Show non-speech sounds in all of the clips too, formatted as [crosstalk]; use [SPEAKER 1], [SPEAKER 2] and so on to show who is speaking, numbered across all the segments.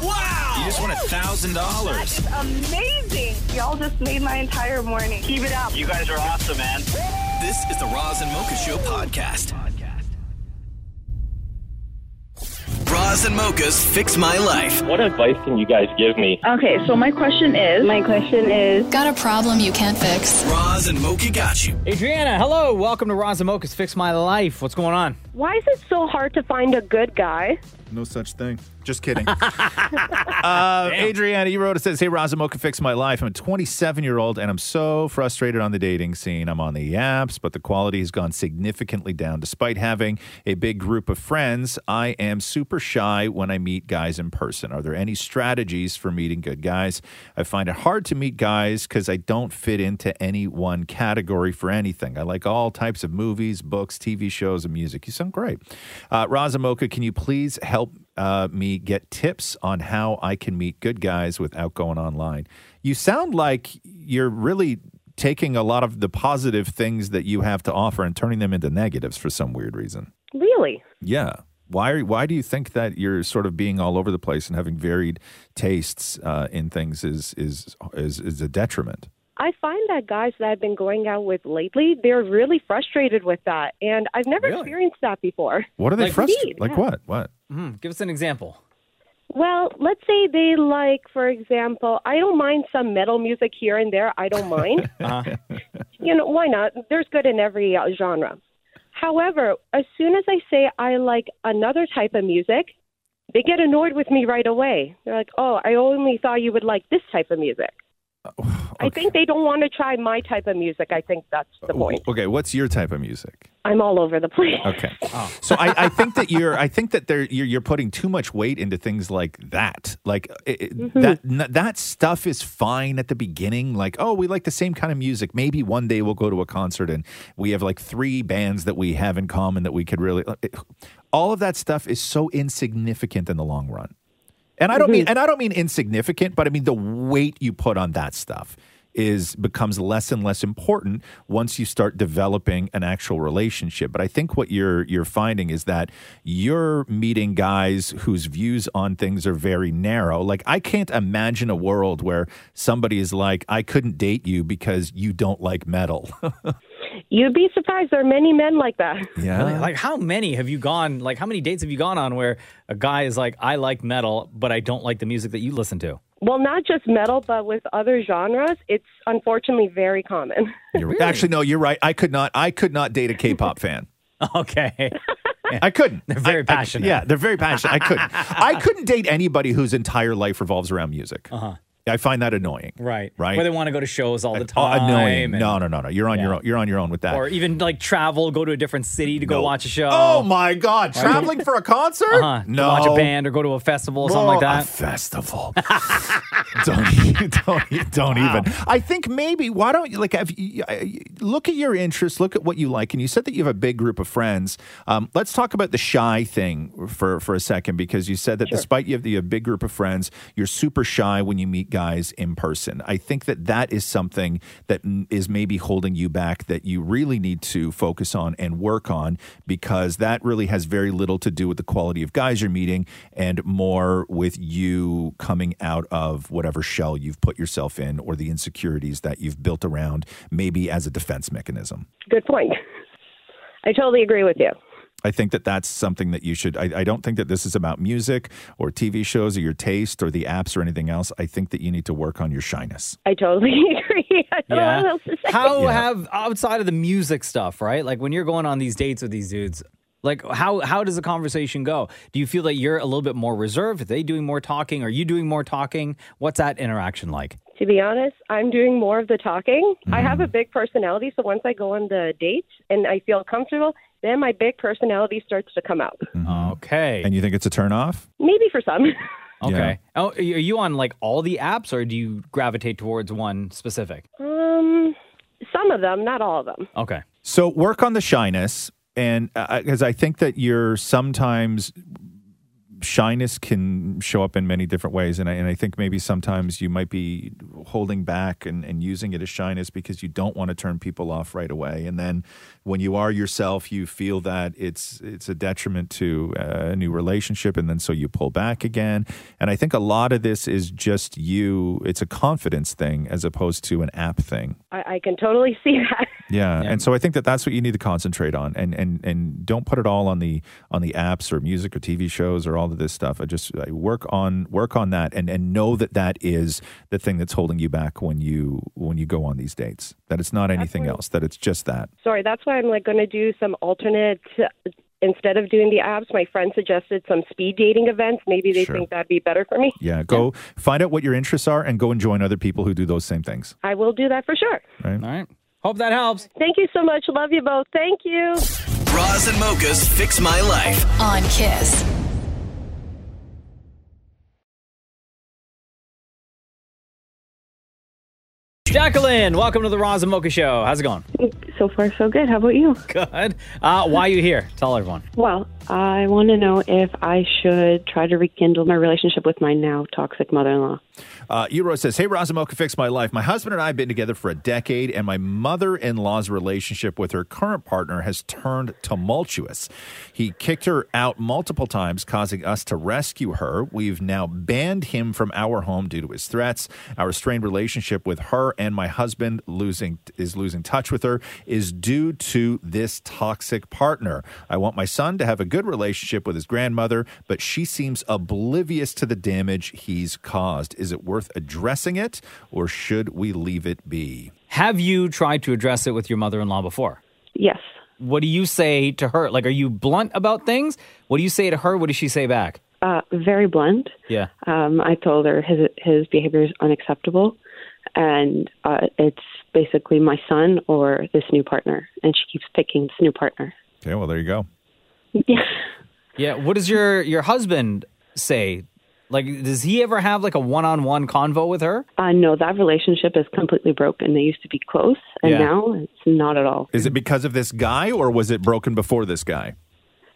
[SPEAKER 1] Wow! You just won a thousand dollars.
[SPEAKER 2] Amazing! Y'all just made my entire morning. Keep it up.
[SPEAKER 3] You guys are awesome, man.
[SPEAKER 4] This is the Roz and Mocha Show podcast. Roz and Mocha's Fix My Life.
[SPEAKER 5] What advice can you guys give me?
[SPEAKER 6] Okay, so my question is.
[SPEAKER 7] My question is.
[SPEAKER 8] Got a problem you can't fix?
[SPEAKER 4] Roz and Mocha got you.
[SPEAKER 1] Adriana, hello. Welcome to Roz and Mocha's Fix My Life. What's going on?
[SPEAKER 7] Why is it so hard to find a good guy?
[SPEAKER 9] No such thing. Just kidding. uh, Adriana, you wrote it says, Hey, Razamo can fix my life. I'm a 27 year old and I'm so frustrated on the dating scene. I'm on the apps, but the quality has gone significantly down. Despite having a big group of friends, I am super shy when I meet guys in person. Are there any strategies for meeting good guys? I find it hard to meet guys because I don't fit into any one category for anything. I like all types of movies, books, TV shows, and music. You sound great. Uh, Razamoka, can you please help? help uh, me get tips on how I can meet good guys without going online. You sound like you're really taking a lot of the positive things that you have to offer and turning them into negatives for some weird reason.
[SPEAKER 7] Really?
[SPEAKER 9] Yeah. Why? Are, why do you think that you're sort of being all over the place and having varied tastes uh, in things is, is is is a detriment?
[SPEAKER 7] I find that guys that I've been going out with lately, they're really frustrated with that, and I've never
[SPEAKER 1] Really?
[SPEAKER 7] experienced that before.
[SPEAKER 9] What are they
[SPEAKER 1] Like-
[SPEAKER 9] frustrated?
[SPEAKER 7] Indeed,
[SPEAKER 9] Like
[SPEAKER 7] yeah.
[SPEAKER 9] what? What?
[SPEAKER 1] Mhm. Give us an example.
[SPEAKER 7] Well, let's say they like, for example, I don't mind some metal music here and there. I don't
[SPEAKER 9] [laughs]
[SPEAKER 7] mind.
[SPEAKER 1] Uh-huh.
[SPEAKER 7] you know, why not? There's good in every uh, genre. However, as soon as I say I like another type of music, they get annoyed with me right away. They're like, "Oh, I only thought you would like this type of music." I think they don't want to try my type of music. I think that's the point.
[SPEAKER 9] Okay, what's your type of music?
[SPEAKER 7] I'm all over the place.
[SPEAKER 9] Okay, so I, I think that you're I think that they're, you're you're putting too much weight into things like that. Like it, it-
[SPEAKER 7] Mm-hmm.
[SPEAKER 9] that n- that stuff is fine at the beginning. Like oh, we like the same kind of music. Maybe one day we'll go to a concert and we have like three bands that we have in common that we could really. eh, All of that stuff is so insignificant in the long run. And I don't mean and I don't mean insignificant, but I mean the weight you put on that stuff is becomes less and less important once you start developing an actual relationship. But I think what you're you're finding is that you're meeting guys whose views on things are very narrow. Like I can't imagine a world where somebody is like, I couldn't date you because you don't like metal.
[SPEAKER 7] You'd be surprised. There are many men like that.
[SPEAKER 1] Really? Like, how many have you gone? Like, how many dates have you gone on where a guy is like, "I like metal, but I don't like the music that you listen to."
[SPEAKER 7] Well, not just metal, but with other genres, it's unfortunately very common.
[SPEAKER 9] You're- Actually, no, you're right. I could not I could not date a K-pop fan.
[SPEAKER 1] Okay.
[SPEAKER 9] I couldn't.
[SPEAKER 1] They're very
[SPEAKER 9] I- I-
[SPEAKER 1] passionate.
[SPEAKER 9] yeah, they're very passionate.
[SPEAKER 1] [laughs]
[SPEAKER 9] I couldn't. I couldn't date anybody whose entire life revolves around music.
[SPEAKER 1] Uh-huh.
[SPEAKER 9] I find that annoying.
[SPEAKER 1] Right.
[SPEAKER 9] Right.
[SPEAKER 1] Where they want to go to shows all the
[SPEAKER 9] Oh,
[SPEAKER 1] time.
[SPEAKER 9] annoying.
[SPEAKER 1] and-
[SPEAKER 9] No, no, no, no. You're on your
[SPEAKER 1] Yeah.
[SPEAKER 9] own. You're on your own with that.
[SPEAKER 1] Or even like travel, go to a different city to go
[SPEAKER 9] No.
[SPEAKER 1] watch a show.
[SPEAKER 9] oh my God! Traveling for a concert?
[SPEAKER 1] Uh-huh. To
[SPEAKER 9] No.
[SPEAKER 1] Watch a band or go to a festival or something like
[SPEAKER 9] Well,
[SPEAKER 1] that.
[SPEAKER 9] A festival. [laughs] don't e, don't don't even. I think maybe why don't you like have you, I- look at your interests, look at what you like, and you said that you have a big group of friends. Um, let's talk about the shy thing for for a second because you said that despite you have the a big group of friends, you're super shy when you meet guys in person. I think that that is something that m- is maybe holding you back that you really need to focus on and work on because that really has very little to do with the quality of guys you're meeting and more with you coming out of whatever shell you've put yourself in or the insecurities that you've built around, maybe as a defense mechanism.
[SPEAKER 7] Good point. I totally agree with you.
[SPEAKER 9] I think that that's something that you should. I, I don't think that this is about music or TV shows or your taste or the apps or anything else. I think that you need to work on your shyness.
[SPEAKER 7] I totally [laughs] agree. I don't know what else to say.
[SPEAKER 1] How have outside of the music stuff, right? Like when you're going on these dates with these dudes, like how how does the conversation go? Do you feel that you're a little bit more reserved? Are they doing more talking? Are you doing more talking? What's that interaction like?
[SPEAKER 7] To be honest, I'm doing more of the talking. I have
[SPEAKER 9] Mm.
[SPEAKER 7] a big personality, so once I go on the dates and I feel comfortable, then my big personality starts to come out.
[SPEAKER 1] Okay.
[SPEAKER 9] Mm-hmm. And you think it's a turnoff?
[SPEAKER 7] Maybe for some.
[SPEAKER 1] Okay. Oh, are you on like all the apps, or do you gravitate towards one specific?
[SPEAKER 7] Um, some of them, not all of them.
[SPEAKER 1] Okay.
[SPEAKER 9] So work on the shyness, and because I think that you're sometimes shyness can show up in many different ways, and I, and I think maybe sometimes you might be holding back and, and using it as shyness because you don't want to turn people off right away, and then when you are yourself, you feel that it's it's a detriment to uh, a new relationship, and then so you pull back again. And I think a lot of this is just you. It's a confidence thing as opposed to an app thing.
[SPEAKER 7] I, I can totally see that.
[SPEAKER 9] Yeah. and so I think that that's what you need to concentrate on, and and and don't put it all on the on the apps or music or TV shows or all of this stuff. I just I work on work on that, and and know that that is the thing that's holding you back when you when you go on these dates. That it's not anything else. That it's just that.
[SPEAKER 7] Sorry, that's why I'm like going to do some alternate. Instead of doing the apps, my friend suggested some speed dating events. Maybe they
[SPEAKER 9] Sure.
[SPEAKER 7] think that'd be better for me.
[SPEAKER 9] Yeah. Go find out what your interests are and go and join other people who do those same things.
[SPEAKER 7] I will do that for sure.
[SPEAKER 9] Right. All
[SPEAKER 1] right. Hope that helps.
[SPEAKER 7] Thank you so much. Love you both. Thank you.
[SPEAKER 4] Roz and Mocha's Fix My Life.
[SPEAKER 8] on Kiss.
[SPEAKER 1] Jacqueline, welcome to the Roz and Mocha Show. How's it going?
[SPEAKER 10] So far, so good. How about you?
[SPEAKER 1] Good. Uh, why are you here? Tell everyone.
[SPEAKER 10] Well, I want to know if I should try to rekindle my relationship with my now toxic mother in law.
[SPEAKER 9] Uh, Euro says, Hey, Razumoka, fix my life. My husband and I have been together for a decade, and my mother in law's relationship with her current partner has turned tumultuous. He kicked her out multiple times, causing us to rescue her. We've now banned him from our home due to his threats. Our strained relationship with her and my husband losing is losing touch with her is due to this toxic partner. I want my son to have a good relationship with his grandmother, but she seems oblivious to the damage he's caused. Is it worth addressing it or should we leave it be?
[SPEAKER 1] Have you tried to address it with your mother in law before?
[SPEAKER 10] Yes.
[SPEAKER 1] What do you say to her? Like, are you blunt about things? What do you say to her? What does she say back?
[SPEAKER 10] Uh, very blunt.
[SPEAKER 1] Yeah.
[SPEAKER 7] Uh,
[SPEAKER 10] Um, I told her his his behavior is unacceptable, and uh, it's basically my son or this new partner, and she keeps picking this new partner.
[SPEAKER 9] Okay, well, there you go.
[SPEAKER 10] Yeah.
[SPEAKER 1] Yeah. What does your your husband say? Like, does he ever have like a one on one convo with her?
[SPEAKER 10] Uh, no, that relationship is completely broken. They used to be close, and
[SPEAKER 9] Yeah.
[SPEAKER 10] now it's not at all.
[SPEAKER 9] Is it because of this guy or was it broken before this guy?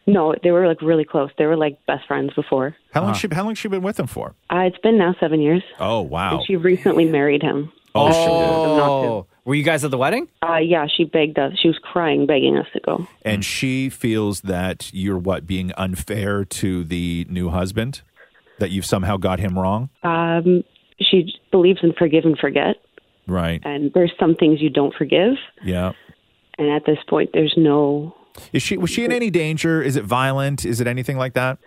[SPEAKER 10] No, they were like really close. They were like best friends before.
[SPEAKER 9] How long she how long she been with him for?
[SPEAKER 10] Uh, it's been now seven years.
[SPEAKER 9] Oh, wow.
[SPEAKER 10] And she recently married him.
[SPEAKER 9] Oh,
[SPEAKER 1] Oh, were you guys at the wedding?
[SPEAKER 10] Uh, yeah, she begged us. She was crying, begging us to go.
[SPEAKER 9] And she feels that you're what being unfair to the new husband, that you've somehow got him wrong.
[SPEAKER 10] Um, she believes in forgive and forget,
[SPEAKER 9] Right.
[SPEAKER 10] and there's some things you don't forgive.
[SPEAKER 9] Yeah.
[SPEAKER 10] And at this point, there's no.
[SPEAKER 9] Is she was she in any danger? Is it violent? Is it anything like that?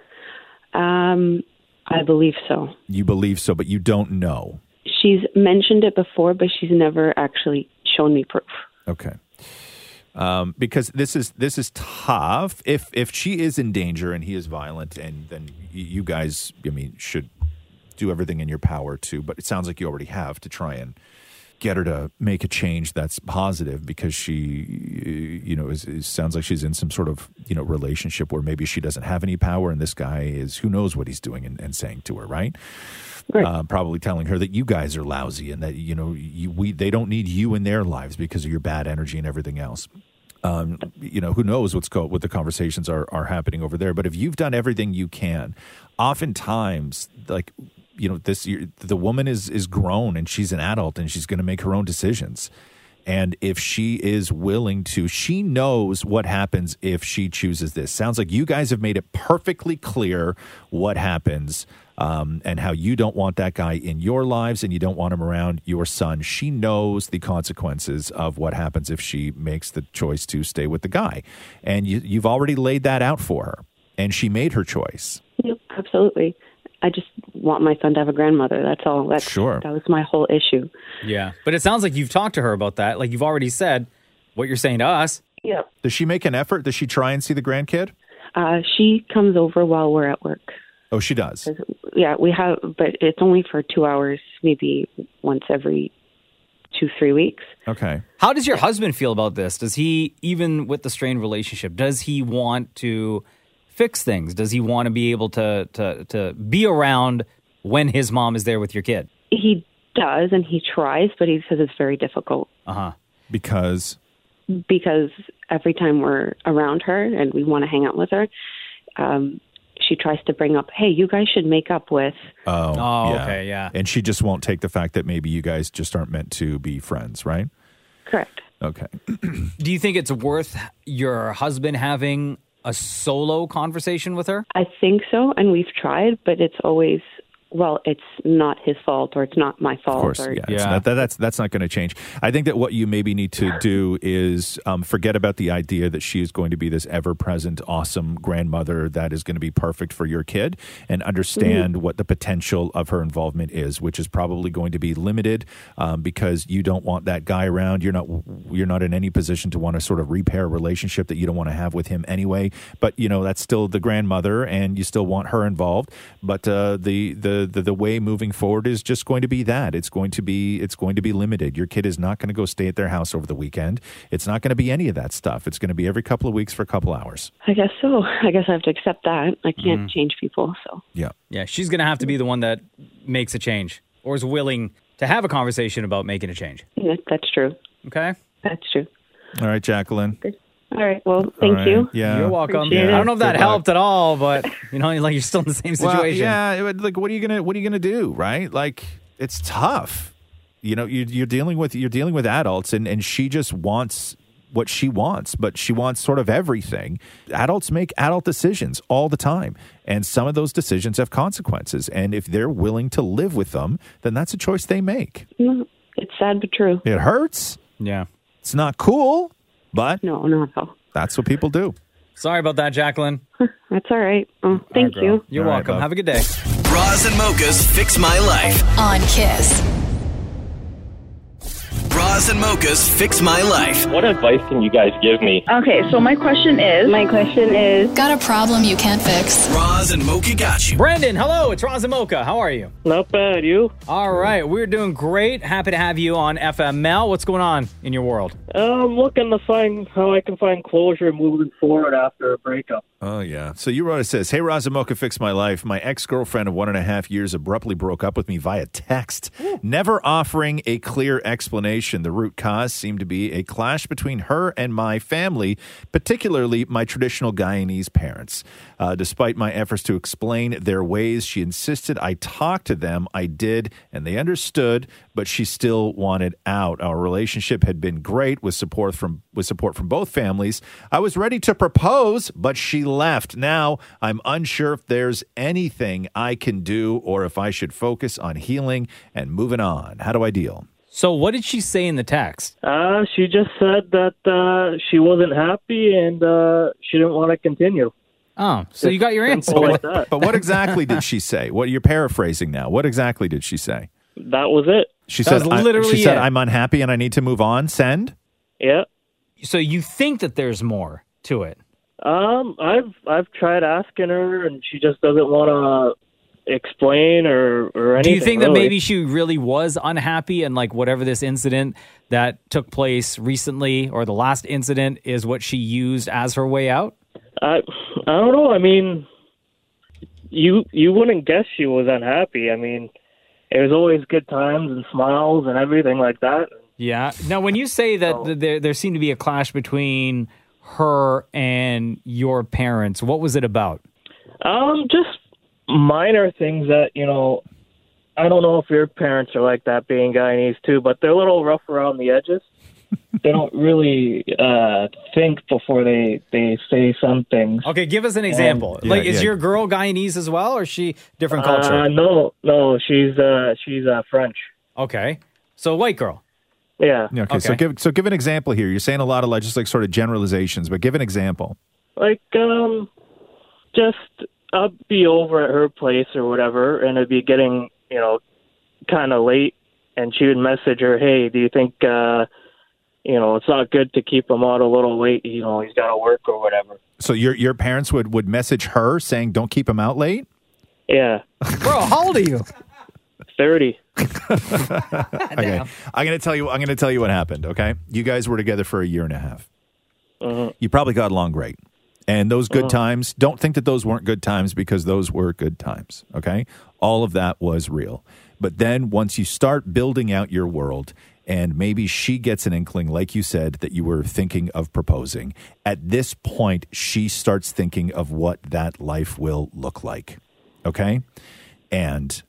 [SPEAKER 10] Um, I believe so.
[SPEAKER 9] You believe so, but you don't know.
[SPEAKER 10] She's mentioned it before, but she's never actually shown me proof.
[SPEAKER 9] Okay. Um, because this is this is tough. If if she is in danger and he is violent, and then y- you guys, I mean, should do everything in your power to. But it sounds like you already have to try and get her to make a change that's positive because she you know is, is sounds like she's in some sort of you know relationship where maybe she doesn't have any power and this guy is who knows what he's doing and, and saying to her right, Uh, probably telling her that you guys are lousy and that you know you, we they don't need you in their lives because of your bad energy and everything else um, you know, who knows what's go- what the conversations are are happening over there. But if you've done everything you can, oftentimes, like you know, this you the woman is is grown and she's an adult and she's going to make her own decisions. And if she is willing to, she knows what happens if she chooses this. Sounds like you guys have made it perfectly clear what happens um, and how you don't want that guy in your lives and you don't want him around your son. She knows the consequences of what happens if she makes the choice to stay with the guy. And you, you've already laid that out for her. And she made her choice.
[SPEAKER 10] Yep, absolutely. I just want my son to have a grandmother. That's all. That's,
[SPEAKER 1] Sure.
[SPEAKER 10] That was my whole issue.
[SPEAKER 1] Yeah. But it sounds like you've talked to her about that. Like you've already said what you're saying to us.
[SPEAKER 10] Yeah.
[SPEAKER 9] Does she make an effort? Does she try and see the grandkid?
[SPEAKER 10] Uh, she comes over while we're at work.
[SPEAKER 9] Oh, she does.
[SPEAKER 10] Yeah, we have, but it's only for two hours, maybe once every two, three weeks.
[SPEAKER 9] Okay.
[SPEAKER 1] How does your husband feel about this? Does he, even with the strained relationship, does he want to fix things? Does he want to be able to to to be around when his mom is there with your kid?
[SPEAKER 10] He does, and he tries, but he says it's very difficult
[SPEAKER 1] Uh huh.
[SPEAKER 9] Because
[SPEAKER 10] because every time we're around her and we want to hang out with her, um, she tries to bring up, "Hey, you guys should make up with."
[SPEAKER 9] Oh,
[SPEAKER 1] Oh, okay, yeah.
[SPEAKER 9] And she just won't take the fact that maybe you guys just aren't meant to be friends, right?
[SPEAKER 10] Correct.
[SPEAKER 9] Okay.
[SPEAKER 1] Do you think it's worth your husband having a solo conversation with her?
[SPEAKER 10] I think so, and we've tried, but it's always, well, it's not his fault, or it's not my fault.
[SPEAKER 9] Of course,
[SPEAKER 10] or,
[SPEAKER 9] yeah. it's not- that- that's that's not going to change. I think that what you maybe need to do is um, forget about the idea that she is going to be this ever-present, awesome grandmother that is going to be perfect for your kid, and
[SPEAKER 10] Mm-hmm.
[SPEAKER 9] understand what the potential of her involvement is, which is probably going to be limited um, because you don't want that guy around. You're not you're not in any position to want to sort of repair a relationship that you don't want to have with him anyway. But you know that's still the grandmother, and you still want her involved. But uh, the, the the the way moving forward is just going to be that it's going to be it's going to be limited. Your kid is not going to go stay at their house over the weekend. It's not going to be any of that stuff. It's going to be every couple of weeks for a couple hours. Mm-hmm.
[SPEAKER 10] I guess so. [laughs] I guess I have to accept that. I can't change people, so.
[SPEAKER 9] Yeah.
[SPEAKER 1] Yeah, she's going to have to be the one that makes a change or is willing to have a conversation about making a change.
[SPEAKER 10] Yeah, that's true.
[SPEAKER 1] Okay.
[SPEAKER 10] That's true.
[SPEAKER 9] All right, Jacqueline.
[SPEAKER 10] All right. Well, thank
[SPEAKER 9] All right.
[SPEAKER 10] you.
[SPEAKER 9] Yeah.
[SPEAKER 1] You're welcome.
[SPEAKER 9] Appreciate it.
[SPEAKER 1] I don't know if that
[SPEAKER 9] Good luck.
[SPEAKER 1] helped at all, but you know, like you're still in the same situation.
[SPEAKER 9] Well, yeah, but, like what are you gonna what are you gonna do, right? Like it's tough. You know, you're, you're dealing with you're dealing with adults, and and she just wants what she wants, but she wants sort of everything. Adults make adult decisions all the time, and some of those decisions have consequences. And if they're willing to live with them, then that's a choice they make.
[SPEAKER 10] No, it's sad but true.
[SPEAKER 9] It hurts.
[SPEAKER 1] Yeah,
[SPEAKER 9] it's not cool, but
[SPEAKER 10] no, not at all.
[SPEAKER 9] That's what people do.
[SPEAKER 1] Sorry about that, Jacqueline.
[SPEAKER 10] That's all right. Oh,
[SPEAKER 1] thank you. You're welcome. Have a good day.
[SPEAKER 4] Roz and Mocha's Fix My Life.
[SPEAKER 8] on Kiss.
[SPEAKER 4] Roz and Mocha's Fix My Life. What advice can you guys give me?
[SPEAKER 8] Okay, so my question is. My question is. Got a problem you can't fix?
[SPEAKER 4] Roz and Mocha got you.
[SPEAKER 1] Brendan, hello. It's Roz and Mocha. How are you? Not bad. You? All right. We're doing great. Happy to have you on FML. What's going on in your world?
[SPEAKER 3] I'm looking to find how I can find closure moving forward after a breakup.
[SPEAKER 9] Oh, yeah. So you wrote it says, Hey, Razamoka fixed my life. My ex girlfriend of one and a half years abruptly broke up with me via text, never offering a clear explanation. The root cause seemed to be a clash between her and my family, particularly my traditional Guyanese parents. Uh, despite my efforts to explain their ways, she insisted I talk to them. I did, and they understood, but she still wanted out. Our relationship had been great with support from with support from both families. I was ready to propose, but she left. Now I'm unsure if there's anything I can do or if I should focus on healing and moving on. How do I deal?
[SPEAKER 1] So, what did she say in the text?
[SPEAKER 3] Uh, she just said that uh, she wasn't happy and uh, she didn't want to continue.
[SPEAKER 1] Oh, so you got your
[SPEAKER 9] [laughs]
[SPEAKER 1] answer.
[SPEAKER 3] Simple like
[SPEAKER 9] But,
[SPEAKER 3] that.
[SPEAKER 9] but
[SPEAKER 3] [laughs]
[SPEAKER 9] what exactly did she say? What you're paraphrasing now. What exactly did she say?
[SPEAKER 3] That was it.
[SPEAKER 9] She
[SPEAKER 1] That
[SPEAKER 9] said
[SPEAKER 1] was
[SPEAKER 9] I-
[SPEAKER 1] literally
[SPEAKER 9] she said
[SPEAKER 1] it.
[SPEAKER 9] I'm unhappy and I need to move on. Send?
[SPEAKER 3] Yeah.
[SPEAKER 1] So, you think that there's more to it?
[SPEAKER 3] Um, I've I've tried asking her and she just doesn't want to explain or or anything.
[SPEAKER 1] Do you think that
[SPEAKER 3] really.
[SPEAKER 1] maybe she really was unhappy and like whatever this incident that took place recently or the last incident is what she used as her way out?
[SPEAKER 3] I I don't know. I mean, you you wouldn't guess she was unhappy. I mean, it was always good times and smiles and everything like that.
[SPEAKER 1] Yeah. Now, when you say that th- there there seemed to be a clash between her and your parents, what was it about?
[SPEAKER 3] Um, just minor things that you know. I don't know if your parents are like that, being Guyanese too, but they're a little rough around the edges. they don't really uh, think before they they say something.
[SPEAKER 1] Okay, give us an example.
[SPEAKER 3] Yeah,
[SPEAKER 1] like, is
[SPEAKER 3] yeah.
[SPEAKER 1] your girl Guyanese as well, or is she different culture?
[SPEAKER 3] Uh, no, no, she's uh, she's uh, French.
[SPEAKER 1] Okay, so white girl.
[SPEAKER 3] Yeah.
[SPEAKER 9] Okay, so
[SPEAKER 3] Okay.
[SPEAKER 9] give so give an example here. You're saying a lot of like just like sort of generalizations, but give an example.
[SPEAKER 3] Like um, just I'd be over at her place or whatever, and it'd be getting you know kind of late, and she would message her, "Hey, do you think uh, you know it's not good to keep him out a little late? You know, he's got to work or whatever."
[SPEAKER 9] So your your parents would would message her saying, "Don't keep him out late."
[SPEAKER 3] Yeah.
[SPEAKER 1] Bro, how old are you?
[SPEAKER 3] Thirty.
[SPEAKER 9] okay. I'm gonna tell you. I'm gonna tell you what happened. Okay, you guys were together for a year and a half. You probably got along great, and those good
[SPEAKER 6] Mhm.
[SPEAKER 9] times. Don't think that those weren't good times because those were good times. Okay, all of that was real. But then once you start building out your world. And maybe she gets an inkling, like you said, that you were thinking of proposing. At this point, she starts thinking of what that life will look like. Okay? And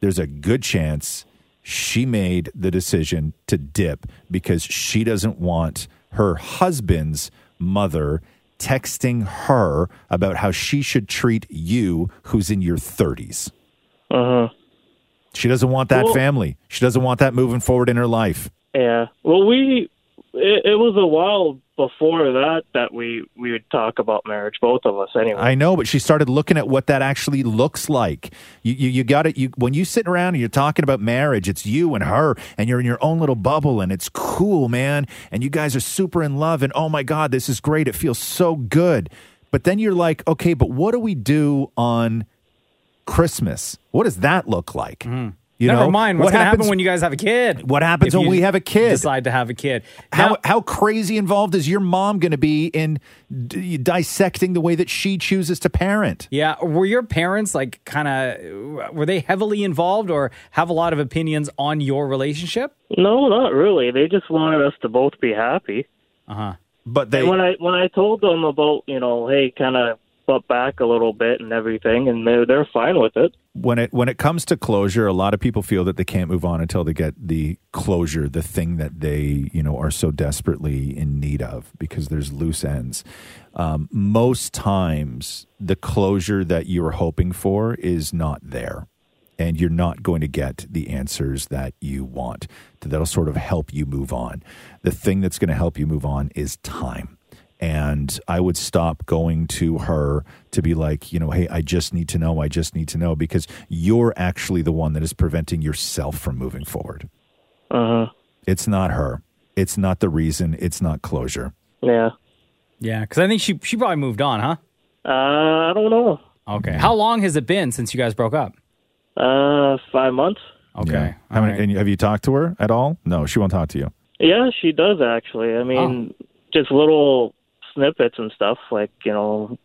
[SPEAKER 9] there's a good chance she made the decision to dip because she doesn't want her husband's mother texting her about how she should treat you who's in your 30s.
[SPEAKER 3] Uh huh.
[SPEAKER 9] She doesn't want that
[SPEAKER 3] Well-
[SPEAKER 9] family. She doesn't want that moving forward in her life.
[SPEAKER 3] Yeah. Well, we it, it was a while before that that we we would talk about marriage, both of us anyway.
[SPEAKER 9] I know, but she started looking at what that actually looks like. You, you, you got it. You when you sit around and you're talking about marriage, it's you and her, and you're in your own little bubble, and it's cool, man. And you guys are super in love, and oh my god, this is great. It feels so good. But then you're like, okay, but what do we do on Christmas? What does that look like? You
[SPEAKER 1] Mm-hmm. Never
[SPEAKER 9] know,
[SPEAKER 1] mind. What's
[SPEAKER 9] what
[SPEAKER 1] going to
[SPEAKER 9] happens-
[SPEAKER 1] happen when you guys have a kid?
[SPEAKER 9] What happens
[SPEAKER 1] If
[SPEAKER 9] when
[SPEAKER 1] you
[SPEAKER 9] we have a kid?
[SPEAKER 1] Decide to have a kid.
[SPEAKER 9] How, how crazy involved is your mom going to be in d- dissecting the way that she chooses to parent?
[SPEAKER 1] Yeah. Were your parents like kind of, were they heavily involved or have a lot of opinions on your relationship?
[SPEAKER 3] No, not really. They just wanted us to both be happy.
[SPEAKER 1] Uh huh.
[SPEAKER 9] But
[SPEAKER 3] And when I when I told them about you know, hey, kind of butt back a little bit and everything, and they're they're fine with it.
[SPEAKER 9] when it when it comes to closure, a lot of people feel that they can't move on until they get the closure, the thing that they you know are so desperately in need of, because there's loose ends. Um, most times, the closure that you're hoping for is not there, and you're not going to get the answers that you want. That'll sort of help you move on. The thing that's going to help you move on is time and I would stop going to her to be like, you know, hey, I just need to know, I just need to know, because you're actually the one that is preventing yourself from moving forward.
[SPEAKER 3] Uh huh.
[SPEAKER 9] It's not her. It's not the reason. It's not closure.
[SPEAKER 3] Yeah.
[SPEAKER 1] Yeah. Because I think she, she probably moved on, huh?
[SPEAKER 3] Uh, I don't know.
[SPEAKER 1] Okay. How long has it been since you guys broke up?
[SPEAKER 3] Uh, five months.
[SPEAKER 1] Okay.
[SPEAKER 9] How many, and have you talked to her at all? No, she won't talk to you.
[SPEAKER 3] Yeah, she does actually. I mean,
[SPEAKER 9] Oh.
[SPEAKER 3] just little snippets and stuff like you know,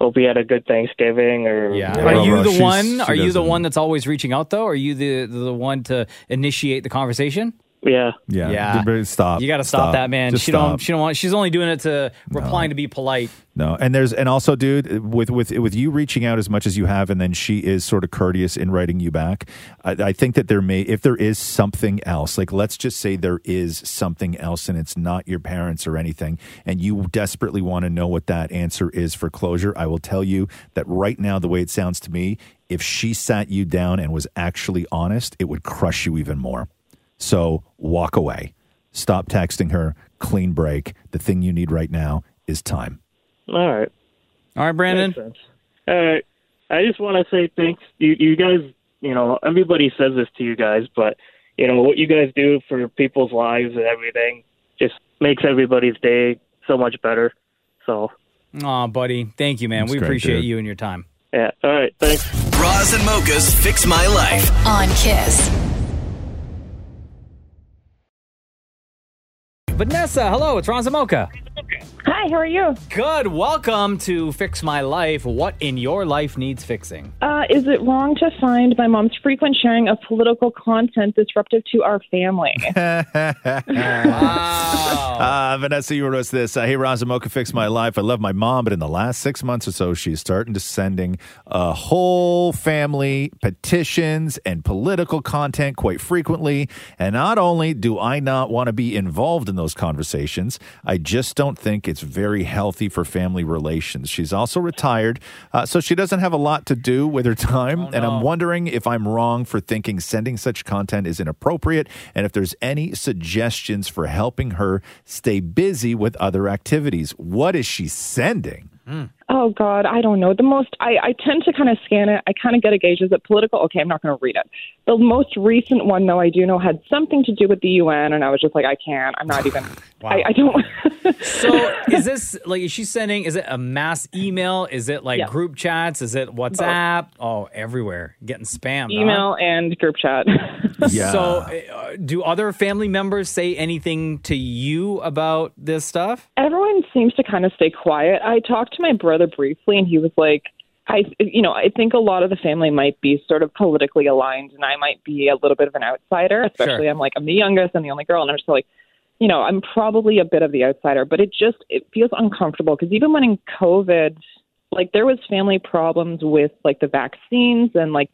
[SPEAKER 3] hope you had a good Thanksgiving or yeah.
[SPEAKER 1] Are you the one? Are you the one that's always reaching out though? Are you the the one to initiate the conversation?
[SPEAKER 3] Yeah.
[SPEAKER 9] Yeah.
[SPEAKER 1] Yeah.
[SPEAKER 9] But Stop.
[SPEAKER 1] You got to stop, that, man.
[SPEAKER 9] Just
[SPEAKER 1] she
[SPEAKER 9] stop.
[SPEAKER 1] don't. She don't want. She's only doing it to replying to be polite.
[SPEAKER 9] No, and there's and also, dude, with with with you reaching out as much as you have, and then she is sort of courteous in writing you back. I, I think that there may, if there is something else, like let's just say there is something else, and it's not your parents or anything, and you desperately want to know what that answer is for closure. I will tell you that right now, the way it sounds to me, if she sat you down and was actually honest, it would crush you even more. So walk away, stop texting her, clean break. The thing you need right now is time.
[SPEAKER 3] All right.
[SPEAKER 1] All right, Brandon.
[SPEAKER 3] All right. Uh, I just want to say thanks. You, you guys, you know, everybody says this to you guys, but you know what you guys do for people's lives and everything just makes everybody's day so much better. So
[SPEAKER 1] Aw, buddy. Thank you, man.
[SPEAKER 3] That's
[SPEAKER 1] we
[SPEAKER 3] great,
[SPEAKER 1] appreciate
[SPEAKER 3] dude.
[SPEAKER 1] you and your time.
[SPEAKER 3] yeah. All right. Thanks.
[SPEAKER 4] Roz and Mocha's Fix My Life.
[SPEAKER 8] On Kiss.
[SPEAKER 1] Vanessa, hello. It's Ron Zamoka.
[SPEAKER 2] Hi, how are you?
[SPEAKER 1] Good. Welcome to Fix My Life. What in your life needs fixing?
[SPEAKER 2] Uh, is it wrong to find my mom's frequent sharing of political content disruptive to our family?
[SPEAKER 9] [laughs] Uh, Vanessa, you wrote us this. Uh, hey, Razamoka fixed my life. I love my mom, but in the last six months or so, she's starting to sending a whole family petitions and political content quite frequently. And not only do I not want to be involved in those conversations, I just don't think it's very healthy for family relations. She's also retired, uh, so she doesn't have a lot to do with her time. And I'm wondering if I'm wrong for thinking sending such content is inappropriate and if there's any suggestions for helping her stay busy with other activities. What is she sending?
[SPEAKER 2] Oh God, I don't know. The most I, I tend to kind of scan it. I kind of get a gauge. Is it political? Okay, I'm not going to read it. The most recent one, though, I do know had something to do with the UN, and I was just like, I can't. I'm not even.
[SPEAKER 9] [laughs]
[SPEAKER 2] I, I don't.
[SPEAKER 1] So is this like is she sending? Is it a mass email? Is it like group chats? Is it WhatsApp? Oh, everywhere, getting spammed. huh?
[SPEAKER 2] Email and group chat. [laughs]
[SPEAKER 1] So, uh, do other family members say anything to you about this stuff?
[SPEAKER 2] Everyone seems to kind of stay quiet. I talked to my brother briefly, and he was like, I, you know, I think a lot of the family might be sort of politically aligned, and I might be a little bit of an outsider, especially
[SPEAKER 6] Sure.
[SPEAKER 2] I'm like, I'm the youngest, I'm the only girl, and I'm just like, you know, I'm probably a bit of the outsider, but it just, it feels uncomfortable because even when in COVID, like there was family problems with like the vaccines and like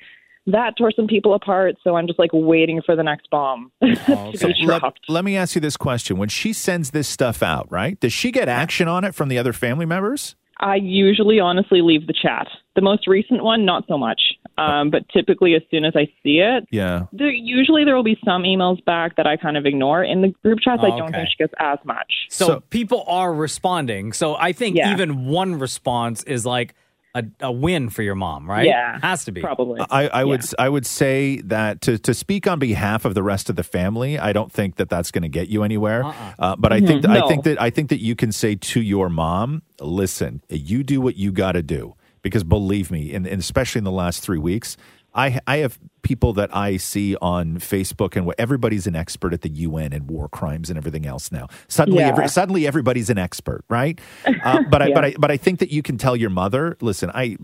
[SPEAKER 2] that tore some people apart. So I'm just like waiting for the next [laughs] bomb.
[SPEAKER 9] So Oh, let, let me ask you this question. When she sends this stuff out, right, does she get action on it from the other family members?
[SPEAKER 2] I usually honestly leave the chat. The most recent one, not so much. Um, but typically, as soon as I see it,
[SPEAKER 9] Yeah.
[SPEAKER 2] there, usually there will be some emails back that I kind of ignore. In the group chats, I don't
[SPEAKER 1] Oh, Okay.
[SPEAKER 2] think she gets as much.
[SPEAKER 1] So, people are responding. So I think even one response is like a, a win for your mom, right?
[SPEAKER 2] Yeah,
[SPEAKER 1] has to be
[SPEAKER 2] probably.
[SPEAKER 9] I, I would I would say that to, to speak on behalf of the rest of the family, I don't think that that's going to get you anywhere. uh but I
[SPEAKER 2] [laughs]
[SPEAKER 9] think
[SPEAKER 1] Mhm.
[SPEAKER 9] I
[SPEAKER 1] No.
[SPEAKER 9] think that I think that you can say to your mom, "Listen, you do what you got to do." Because believe me, and, and especially in the last three weeks, I I have people that I see on Facebook and what everybody's an expert at the UN and war crimes and everything else now. Suddenly,
[SPEAKER 11] Yeah.
[SPEAKER 9] every, suddenly everybody's an expert, right?
[SPEAKER 11] [laughs]
[SPEAKER 9] Uh, but I, but
[SPEAKER 11] Yeah.
[SPEAKER 9] I, but I think that you can tell your mother, listen, I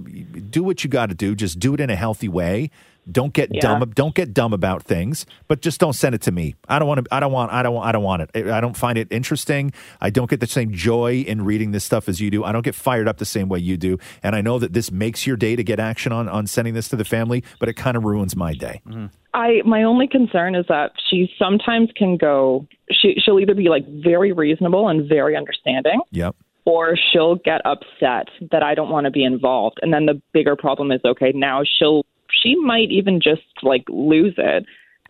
[SPEAKER 9] do what you got to do. Just do it in a healthy way. Don't get
[SPEAKER 11] Yeah.
[SPEAKER 9] dumb. Don't get dumb about things. But just don't send it to me. I don't want to. I don't want. I don't. I don't want it. I I don't find it interesting. I don't get the same joy in reading this stuff as you do. I don't get fired up the same way you do. And I know that this makes your day to get action on on sending this to the family, but it kind of ruins my day.
[SPEAKER 2] I my only concern is that she sometimes can go. She she'll either be like very reasonable and very understanding,
[SPEAKER 9] Yep.
[SPEAKER 2] or she'll get upset that I don't want to be involved. And then the bigger problem is okay, now she'll she might even just like lose it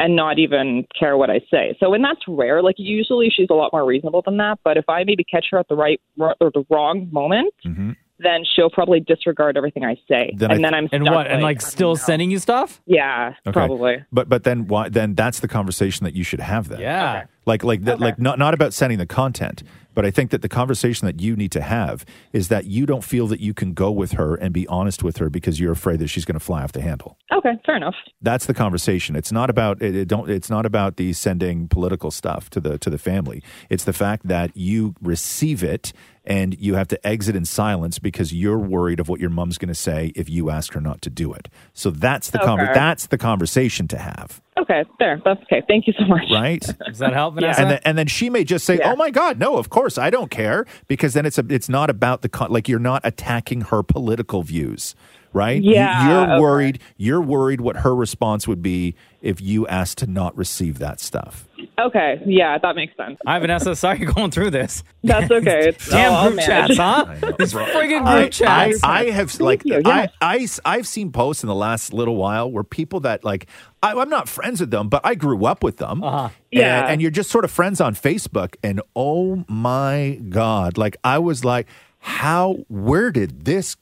[SPEAKER 2] and not even care what I say. So and that's rare. Like usually she's a lot more reasonable than that, but if I maybe catch her at the right or the wrong moment,
[SPEAKER 1] Mm-hmm.
[SPEAKER 2] then she'll probably disregard everything I say.
[SPEAKER 9] Then
[SPEAKER 2] and
[SPEAKER 9] I-
[SPEAKER 2] then I'm
[SPEAKER 1] and
[SPEAKER 2] stuck,
[SPEAKER 1] what and like still sending you stuff?
[SPEAKER 2] yeah, probably.
[SPEAKER 9] But but then why? Then that's the conversation that you should have. Then
[SPEAKER 1] Yeah. Okay.
[SPEAKER 9] Like like that like not not about sending the content, but I think that the conversation that you need to have is that you don't feel that you can go with her and be honest with her because you're afraid that she's going to fly off the handle.
[SPEAKER 2] Okay, fair enough.
[SPEAKER 9] That's the conversation. It's not about it, it don't it's not about the sending political stuff to the to the family. It's the fact that you receive it and you have to exit in silence because you're worried of what your mom's going to say if you ask her not to do it. So that's the conver-
[SPEAKER 2] Okay.
[SPEAKER 9] that's the conversation to have.
[SPEAKER 2] Okay, there. That's okay. Thank you so
[SPEAKER 11] [laughs]
[SPEAKER 2] much.
[SPEAKER 9] Right?
[SPEAKER 1] Does that help, Vanessa?
[SPEAKER 9] And then, and then she may just say, "Oh my God, no! Of course, I don't care," because then it's a, it's not about the con- like you're not attacking her political views, right? You-
[SPEAKER 11] Yeah,
[SPEAKER 9] you're
[SPEAKER 11] okay.
[SPEAKER 9] worried. You're worried what her response would be if you asked to not receive that stuff.
[SPEAKER 2] Okay, yeah, that makes sense.
[SPEAKER 1] Hi, Vanessa. Sorry [laughs] you're going through this. [laughs]
[SPEAKER 2] That's okay. It's
[SPEAKER 1] Damn
[SPEAKER 2] I'll
[SPEAKER 1] group chats,
[SPEAKER 2] manage.
[SPEAKER 1] huh? This friggin' group
[SPEAKER 9] I, I,
[SPEAKER 1] chats.
[SPEAKER 9] I have like
[SPEAKER 1] you, yeah.
[SPEAKER 9] I, I I've seen posts in the last little while where people that like I, I'm not friends with them, but I grew up with them. Uh-huh.
[SPEAKER 11] Yeah.
[SPEAKER 9] and, and you're just sort of friends on Facebook. And oh my god, like I was like, how? Where did this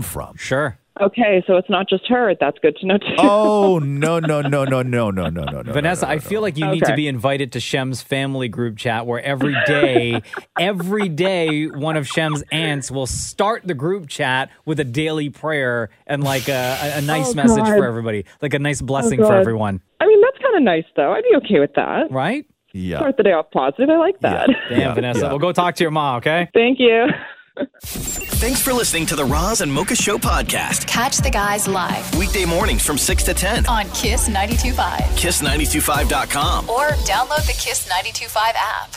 [SPEAKER 10] [laughs]
[SPEAKER 9] from?
[SPEAKER 1] Sure.
[SPEAKER 2] Okay, so it's not just her. That's good to know too.
[SPEAKER 9] Oh no no no no no no no no no.
[SPEAKER 1] Vanessa, I feel like you need to
[SPEAKER 2] Okay.
[SPEAKER 1] be invited to Shem's family group chat where every
[SPEAKER 2] [laughs]
[SPEAKER 1] day, every day, one of Shem's aunts will start the group chat with a daily prayer and like a, a, a nice
[SPEAKER 2] Oh,
[SPEAKER 1] message
[SPEAKER 2] God. Oh,
[SPEAKER 1] for everybody, like a nice blessing for
[SPEAKER 2] God.
[SPEAKER 1] everyone.
[SPEAKER 2] I mean, that's kind of nice though. I'd be okay with that.
[SPEAKER 1] Right?
[SPEAKER 9] Yeah.
[SPEAKER 10] Start the day off positive. I like that.
[SPEAKER 1] Damn, Vanessa. Well, go talk to your mom, okay?
[SPEAKER 10] Thank you.
[SPEAKER 7] Thanks for listening to the Roz and Mocha Show podcast.
[SPEAKER 12] Catch the guys live
[SPEAKER 7] Weekday mornings from 6 to 10.
[SPEAKER 12] on Kiss 92.5
[SPEAKER 7] Kiss925.com.
[SPEAKER 12] or download the Kiss 92.5 app.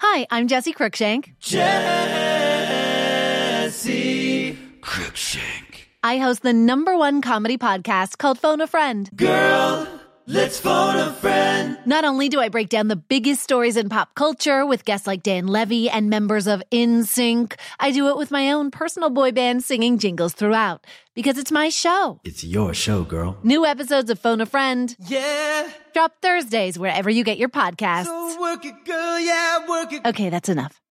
[SPEAKER 6] Hi, I'm Jesse Cruikshank.
[SPEAKER 13] Jesse Cruikshank.
[SPEAKER 6] I host the number one comedy podcast called Phone a Friend.
[SPEAKER 13] Girl, let's phone a friend.
[SPEAKER 6] Not only do I break down the biggest stories in pop culture with guests like Dan Levy and members of InSync, I do it with my own personal boy band singing jingles throughout because it's my show.
[SPEAKER 13] It's your show, girl.
[SPEAKER 6] New episodes of Phone a Friend. Yeah. Drop Thursdays wherever you get your podcasts.
[SPEAKER 13] Work it, girl, yeah, work it.
[SPEAKER 6] Okay, that's enough.